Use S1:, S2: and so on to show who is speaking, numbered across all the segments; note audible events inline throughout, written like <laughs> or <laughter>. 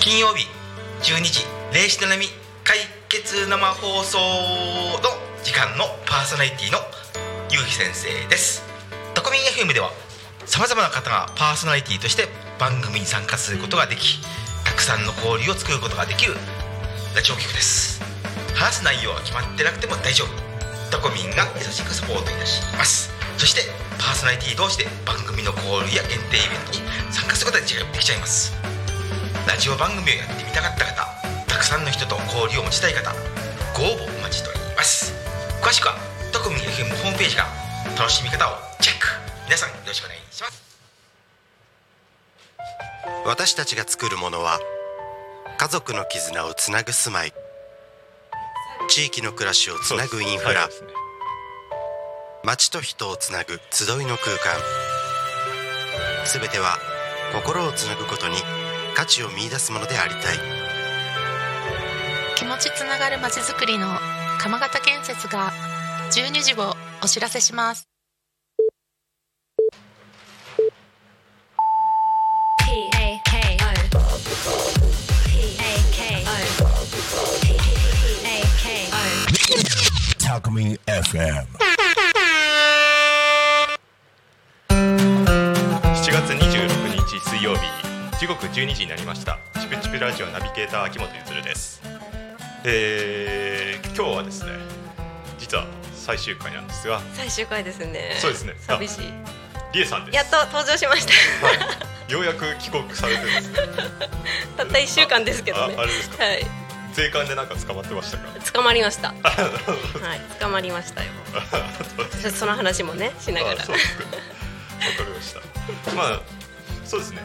S1: 金曜日12時0時並み解決生放送の時間のパーソナリティのゆうひ先生ですタコミン FM ではさまざまな方がパーソナリティとして番組に参加することができたくさんの交流を作ることができるラジオ局です話す内容は決まってなくても大丈夫タコミンが優しくサポートいたしますそしてパーソナリティ同士で番組の交流や限定イベントに参加することができちゃいますラジオ番組をやってみたかった方たくさんの人と交流を持ちたい方ご応募お待ちしております詳しくは特に FM ホームページから楽しみ方をチェック皆さんよろしくお願いします
S2: 私たちが作るものは家族の絆をつなぐ住まい地域の暮らしをつなぐインフラ、
S3: そうですね
S2: 街と人をつなぐ集いの空間すべては心をつなぐことに価値を見出すものでありたい
S4: 気持ちつながるまちづくりの鎌形建設が12時をお知らせします
S5: P-A-K-O. P-A-K-O. P-A-K-O.
S6: Talkme FM.
S3: 7月26日水曜日時刻12時になりましたチュプチュプラジオナビゲーター秋元ゆずるですえー、今日はですね実は最終回なんですが
S7: 最終回ですね。
S3: そうですね
S7: 寂しい。
S3: リエさんです
S7: やっと登場しました。
S3: はいようやく帰国されてるんですね
S7: <laughs> たった一週間ですけどね。
S3: あああれですか
S7: はい。
S3: 税関でなんか捕まってましたか
S7: 捕まり
S3: <laughs>
S7: ました。はい、捕まりましたよ。ちょっとその話もね、しながら
S3: あ。そうですかわかりましたまあそうですね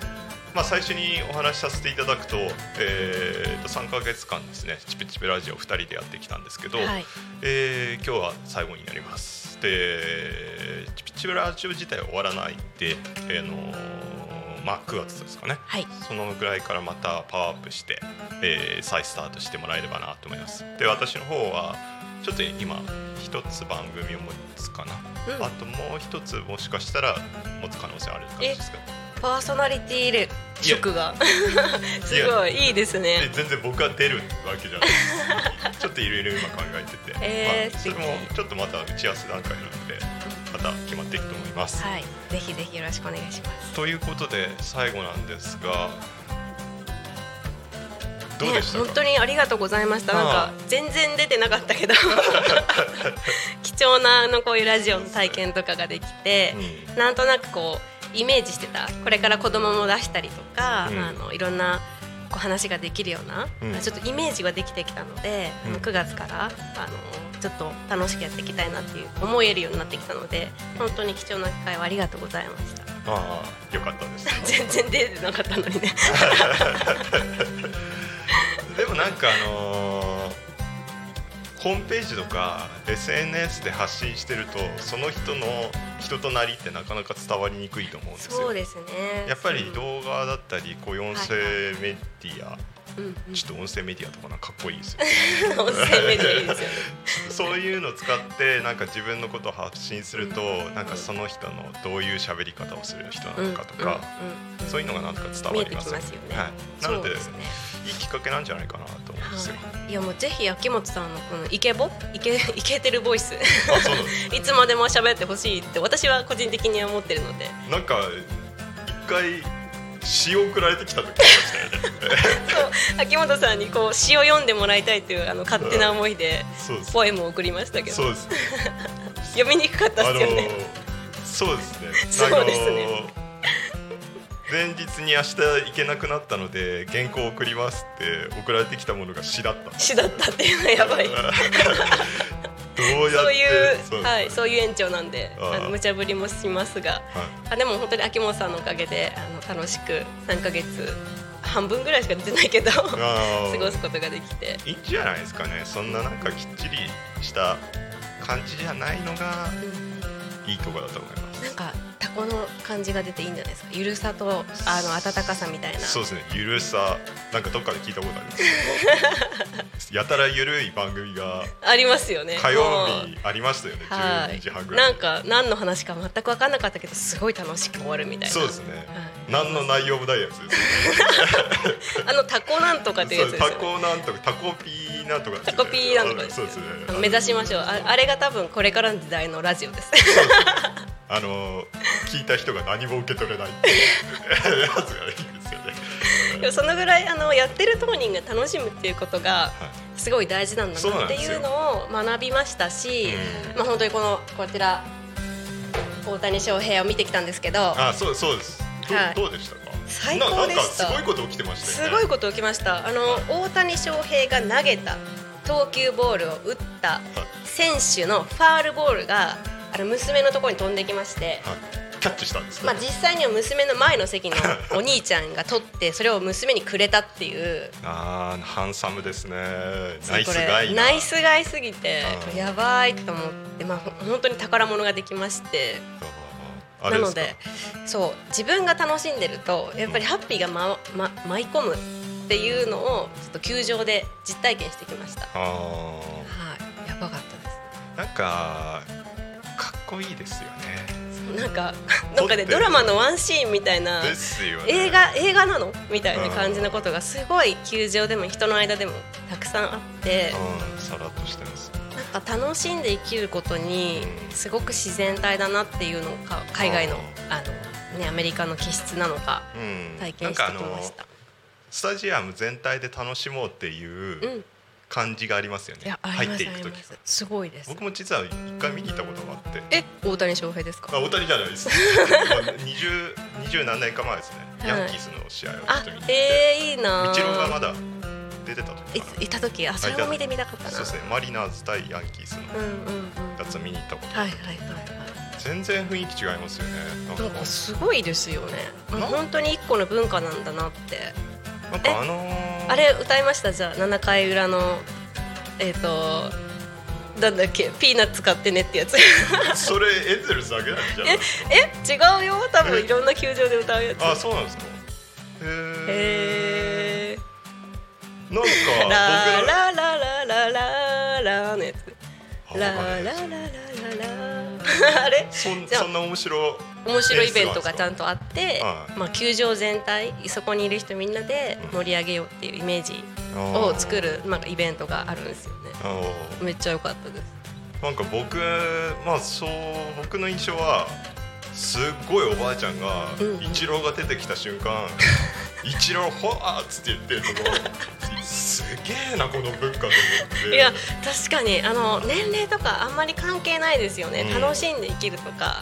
S3: まあ最初にお話しさせていただくと,、えー、と3か月間ですね「チペチペラジオ」2人でやってきたんですけど、
S7: はい
S3: えー今日は最後になりますで「チペチペラジオ」自体は終わらないんで、えーのーまあ、9月ですかね
S7: はい。
S3: そのぐらいからまたパワーアップして、えー再スタートしてもらえればなと思いますで私の方はちょっと今一つ番組を持つかな、
S7: うん
S3: あともう一つもしかしたら持つ可能性ある感じですけど
S7: パーソナリティで職が <laughs> すごいいいです
S3: で
S7: ね。
S3: 全然僕は出るわけじゃない <laughs> ですちょっといろいろ今考えてて、
S7: えー
S3: まあそれもちょっとまた打ち合わせ段階なのでまた決まっていくと思います、
S7: はい。ぜひぜひよろしくお願いします。
S3: ということで最後なんですがどうでした
S7: ね
S3: か、
S7: 本当にありがとうございました。なん
S3: は
S7: か全然出てなかった
S3: <laughs>
S7: けど、貴重なあのこういうラジオの体験とかができて。
S3: うん
S7: なんとなくこうイメージしてたこれから子供も出したりとか、
S3: うん
S7: あのいろんなこう話ができるような、
S3: うん
S7: ちょっとイメージができてきたので、あ
S3: う
S7: の
S3: ん
S7: 9月からあのちょっと楽しくやっていきたいなっていう思えるようになってきたので本当に貴重な機会をありがとうございました
S3: ああよかっ
S7: <laughs>
S3: たです
S7: 全然出てなかったのにね
S3: でもなんかあのーホームページとか SNS で発信してるとその人の人となりってなかなか伝わりにくいと思うんです
S7: そう
S3: よ。
S7: ですね
S3: やっぱり動画だったりこういう音声メディ
S7: う
S3: ア、
S7: んうんうん
S3: ちょっと音声メディアとかなんかかっこいい
S7: <laughs>
S3: ですよね
S7: 音声メディアいいですよね
S3: そういうのを使ってなんか自分のことを発信するとなんかその人のどういう喋り方をする人なのかと
S7: う
S3: か、
S7: んうんうん
S3: そういうのがなんとか伝わ
S7: 見え
S3: り
S7: て
S3: ます
S7: きますよね、
S3: はい、なので
S7: そうですね
S3: いいきっかけなんじゃないかなと思うんですよ。
S7: はい、いやもうぜひ秋元さんのこのイケ <laughs> ボイケイケてるボイス
S3: あそうなんです
S7: いつまでも喋ってほしいって私は個人的には思ってるので
S3: なんか一回詩を送られてきた時ありましたよね
S7: 秋元さんにこう詩を読んでもらいたいというあの勝手な思いで
S3: そうです
S7: ポエムを送りましたけど <laughs>
S3: そうですね
S7: 読みにくかった
S3: あ
S7: で
S3: の
S7: すよね。
S3: そうですね
S7: そうですね
S3: 前日に明日行けなくなったので原稿を送りますって送られてきたものが詩だった
S7: <laughs> 詩だったっていうのはやばい
S3: <laughs> どうやって
S7: そういう
S3: そうです
S7: はい、そういう園長なんで
S3: あー
S7: あの無茶ぶりもしますが
S3: はい
S7: あでも本当に秋元さんのおかげであの楽しく3ヶ月半分ぐらいしか出てないけど過
S3: あー
S7: ごすことができて
S3: いいんじゃないですかねそんななんかきっちりした感じじゃないのがいいとこだと思います
S7: なんかタコの感じが出ていいんじゃないですかゆるさとあの温かさみたいな <laughs>
S3: そうですね、ゆるさ、なんかどっかで聞いたことあります。やたらゆるい番組が
S7: ありますよね
S3: 火曜
S7: もう
S3: 日ありましたよね
S7: は
S3: 12時半
S7: い
S3: ぐら
S7: ないんか何の話か全く分かんなかったけどすごい楽しく終わるみたいな
S3: そうですね
S7: はい
S3: 何の内容もないやつです
S7: あのタコなんとかっていう
S3: そ
S7: やつ
S3: う
S7: です
S3: タ
S7: よ
S3: コなんとかタコピーなんとかです
S7: タ
S3: よね
S7: コピーなんとかです
S3: そ
S7: よ
S3: うですね
S7: あの目指しましょうああれが多分これからの時代のラジオです
S3: あの聞いた人が何も受け取れないっていうやつがいいですよね
S7: でもそのぐらいあのやってる当人が楽しむっていうことがすごい大事なんだ
S3: そうな
S7: なんっ
S3: で
S7: て
S3: す
S7: い
S3: よ
S7: うのを学びましたし、
S3: う
S7: まあ本当にこのこちら大谷翔平を見てきたんですけど、
S3: あそうそうですど,、
S7: はい
S3: どうでしたか
S7: 最高でした
S3: ななんかすごいこと起きてました
S7: す
S3: よね
S7: ごいこと起きましたあの大谷翔平が投げた投球ボールを打った選手のファールボールがあの娘のところに飛んできまして、
S3: はいキャッチしたんですか、
S7: まあ、実際には娘の前の席のお兄ちゃんが取ってそれを娘にくれたっていう
S3: あーハンサムですね
S7: ちょ
S3: ナ
S7: っ
S3: イ
S7: と
S3: ス
S7: これ
S3: ガイな
S7: ナイスガイすぎて
S3: うん
S7: やばいと思って、まあ、ほ本当に宝物ができましてな
S3: あれで
S7: の
S3: すか
S7: でそう自分が楽しんでるとやっぱりハッピーが、まま、舞い込むっていうのをちょっと球場で実体験してきましたは
S3: あ
S7: いやばかったです
S3: ーなんかかっこいいですよね
S7: なん
S3: <laughs>
S7: かなん
S3: 撮って
S7: かねドラマのワンシーンみたいな
S3: ですよね
S7: 映画映画なのみたいな感じのことがすごい球場でも人の間でもたくさんあって
S3: うんさらっとしてます
S7: なんか楽しんで生きることにすごく自然体だなっていうのが海外のあの、ね、アメリカの気質なのか
S3: うん
S7: 体験してき
S3: なんか
S7: ま
S3: あの
S7: した。
S3: スタジアム全体で楽しもうっていううん感じがありますよね、
S7: いやあり
S3: 入
S7: ま
S3: っ
S7: す
S3: て
S7: あ
S3: いく
S7: り
S3: 時
S7: ま
S3: が
S7: すすごいです
S3: 僕も実は一回見に行ったことがあって
S7: え大谷翔平です
S3: あ
S7: か
S3: 大谷じゃないです
S7: <laughs>
S3: 二十二十何年か前ですね、
S7: はい
S3: ヤンキースの試合を
S7: あ
S3: ちょっと見に行って
S7: えー、いいな
S3: 道
S7: ー
S3: ちがまだ出てた
S7: い
S3: 時か
S7: ついた時あそれを見てみたかった
S3: な
S7: な
S3: そうですねマリナーズ対ヤンキース
S7: う
S3: の
S7: んうんうん
S3: やつを見に行ったこと、
S7: はいはいはいはい
S3: 全然雰囲気違いますよねなんか
S7: なんかすごいですよね。もう
S3: な
S7: 本当に一個の文化なんだなって。
S3: なんかあのー
S7: あれ歌いましたじゃあ七回裏のえっ、となんだっけピーナッツ買ってねってやつ。
S3: それエンゼルスだけなんじゃないですか
S7: <laughs> え違うよ多分いろんな球場で歌うやつ。
S3: あそうなんですか
S7: へ
S3: へえ
S7: え。
S3: なんか
S7: ラ
S3: 僕の
S7: ララララララのやつ。ラ
S3: あわか
S7: ララ
S3: ん
S7: ラ
S3: ない
S7: ララ。あれ
S3: そん
S7: じゃあ
S3: そんな面白
S7: 面白いイベントがちゃんとあって、
S3: はい
S7: まあ球場全体そこにいる人みんなで盛り上げようっていうイメージ。を作るなんかイベントがあるんですよね
S3: あー
S7: めっちゃ良かったです
S3: なんか僕まあそう僕の印象はすっごいおばあちゃんが
S7: うん
S3: イチローが出てきた瞬間「イチローほわ!」っつって言ってるとこすげえなこの文化と思って
S7: いや確かにあの年齢とかあんまり関係ないですよね、
S3: うん
S7: 楽しんで生きるとか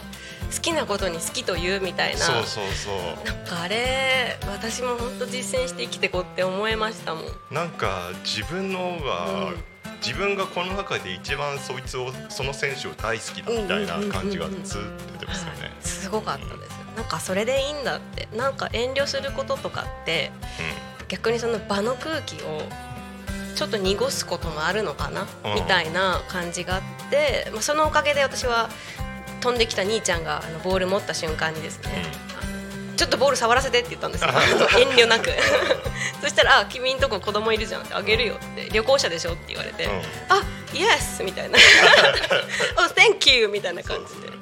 S7: 好きなことに好きというみたいな
S3: そうそうそ
S7: なんかあれ私も本当実践して生きてこうって思いましたもん
S3: うなんか自分の方が、
S7: うん
S3: 自分がこの中で一番そいつをその選手を大好きだみたいな感じがずっと出てますよね、
S7: はいすごかったですなんかそれでいいんだってなんか遠慮することとかって逆にその場の空気をちょっと濁すこともあるのかな、
S3: うん
S7: みたいな感じがあって、まあ、そのおかげで私は飛んできた兄ちゃんがあのボール持った瞬間にですね、ちょっとボール触らせてって言ったん
S3: <laughs>
S7: ですよ遠慮なく <laughs> そしたら「あ君んとこ子供いるじゃん」って「あげるよ」って「旅行者でしょ」って言われて「
S3: うん
S7: あイエス!」み
S3: <laughs>
S7: たいな「お Thank you!」みたいな感じで、
S3: そう
S7: は
S3: で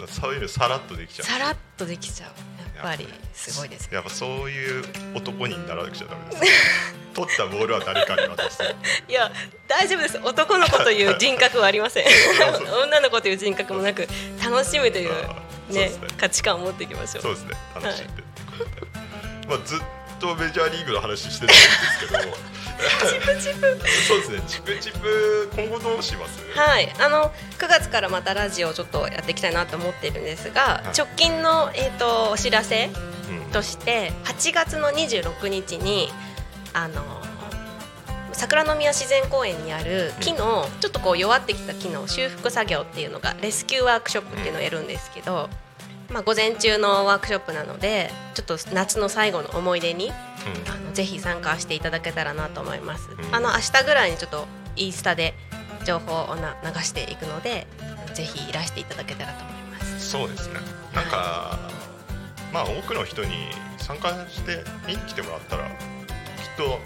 S3: うんそういうのさらっとでき
S7: い、
S3: ちゃう
S7: さらっとできちゃうやっぱりすごいですね
S3: <laughs> やっぱそういう男にならなくちゃダメですね取ったボールは誰かに渡す
S7: いや大丈夫です男の子という人格はありません女の子という人格もなく楽しむという,、
S3: あーそう
S7: ね
S3: ですね
S7: 価値観を持っていきましょう
S3: そうですね楽しんでってことで、まあずっとメジャーリーグの話してたんですけどそうですねチプチプ今後どうします、
S7: はいあの9月からまたラジオをちょっとやっていきたいなと思っているんですが、
S3: はい
S7: 直近の、えー、とお知らせ
S3: うん
S7: として8月の26日にあの桜の宮自然公園にある木のちょっとこう弱ってきた木の修復作業っていうのがレスキューワークショップっていうのをやるんですけど、まあ、午前中のワークショップなのでちょっと夏の最後の思い出にあのぜひ参加していただけたらなと思います、
S3: うん
S7: あの明日ぐらいにちょっとインスタで情報をな流していくのでぜひいらしていただけたらと思います
S3: そうですねなんか、まあ多くの人に参加して見に来てもらったらきっと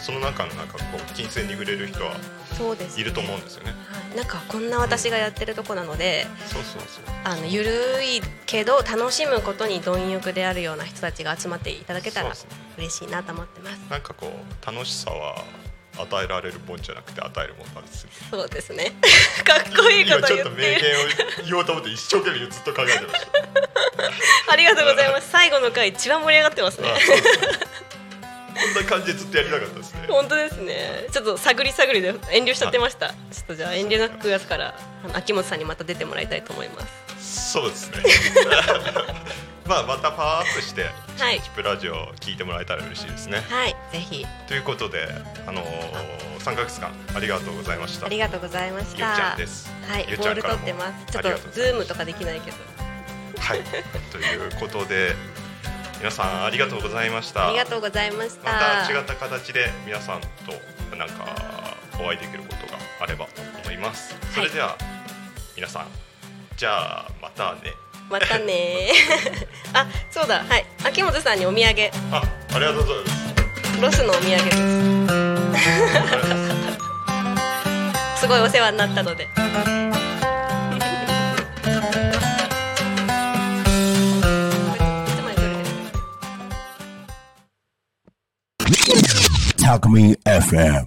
S3: その中のなんかこう金銭に触れる人は
S7: そうです
S3: いると思うんですよね
S7: はいなんかこんな私がやってるとこなので
S3: そうそうそう
S7: あのゆるいけど楽しむことに貪欲であるような人たちが集まっていただけたら
S3: そうですね
S7: 嬉しいなと思ってます
S3: なんかこう楽しさは与えられるもんじゃなくて与えるもんなんですよ
S7: そうです <laughs> ねかっこいいこと
S3: 今ちょっ
S7: 言
S3: と
S7: っ
S3: 名
S7: ている
S3: 言を言おうと思って一生懸命ずっと考えてました
S7: ありがとうございます最後の回一番盛り上がってますね
S3: あそうそうこんな感じでずっとやりたかっ
S7: <laughs>
S3: たですね
S7: 本当ですねちょっと探り探りで遠慮しちゃってましたちょっとじゃあ遠慮なく9月からあの秋元さんにまた出てもらいたいと思います
S3: そ
S7: <laughs>
S3: うですねまあまたパワーアップして
S7: はい
S3: 「チプラジオ」聞いてもらえたら嬉しいですね
S7: はいぜひ
S3: ということであのー、3ヶ月間ありがとうございました
S7: ありがとうございました
S3: ゆうちゃんです
S7: はい
S3: ゆう
S7: ボ
S3: ちゃ
S7: ー
S3: ん
S7: ル
S3: か
S7: 取っ
S3: らも
S7: てますちょっ
S3: ありが
S7: と
S3: うご
S7: ズ
S3: ざい
S7: ー
S3: ま
S7: ム
S3: す
S7: とかできないけど
S3: はいということで皆さんありがとうございました
S7: ありがとうございました
S3: また違った形で皆さんとなんかお会いできることがあればと思いますそれでは、皆さんじゃあまたね
S7: またね <laughs> あそうだはい秋元さんにお土産
S3: あありがとうございま
S7: ロ
S3: す
S7: スのお土産です <laughs>
S3: ありがとうございます
S7: すごいお世話になったのでいつまで撮れてる
S6: Talk Me FM.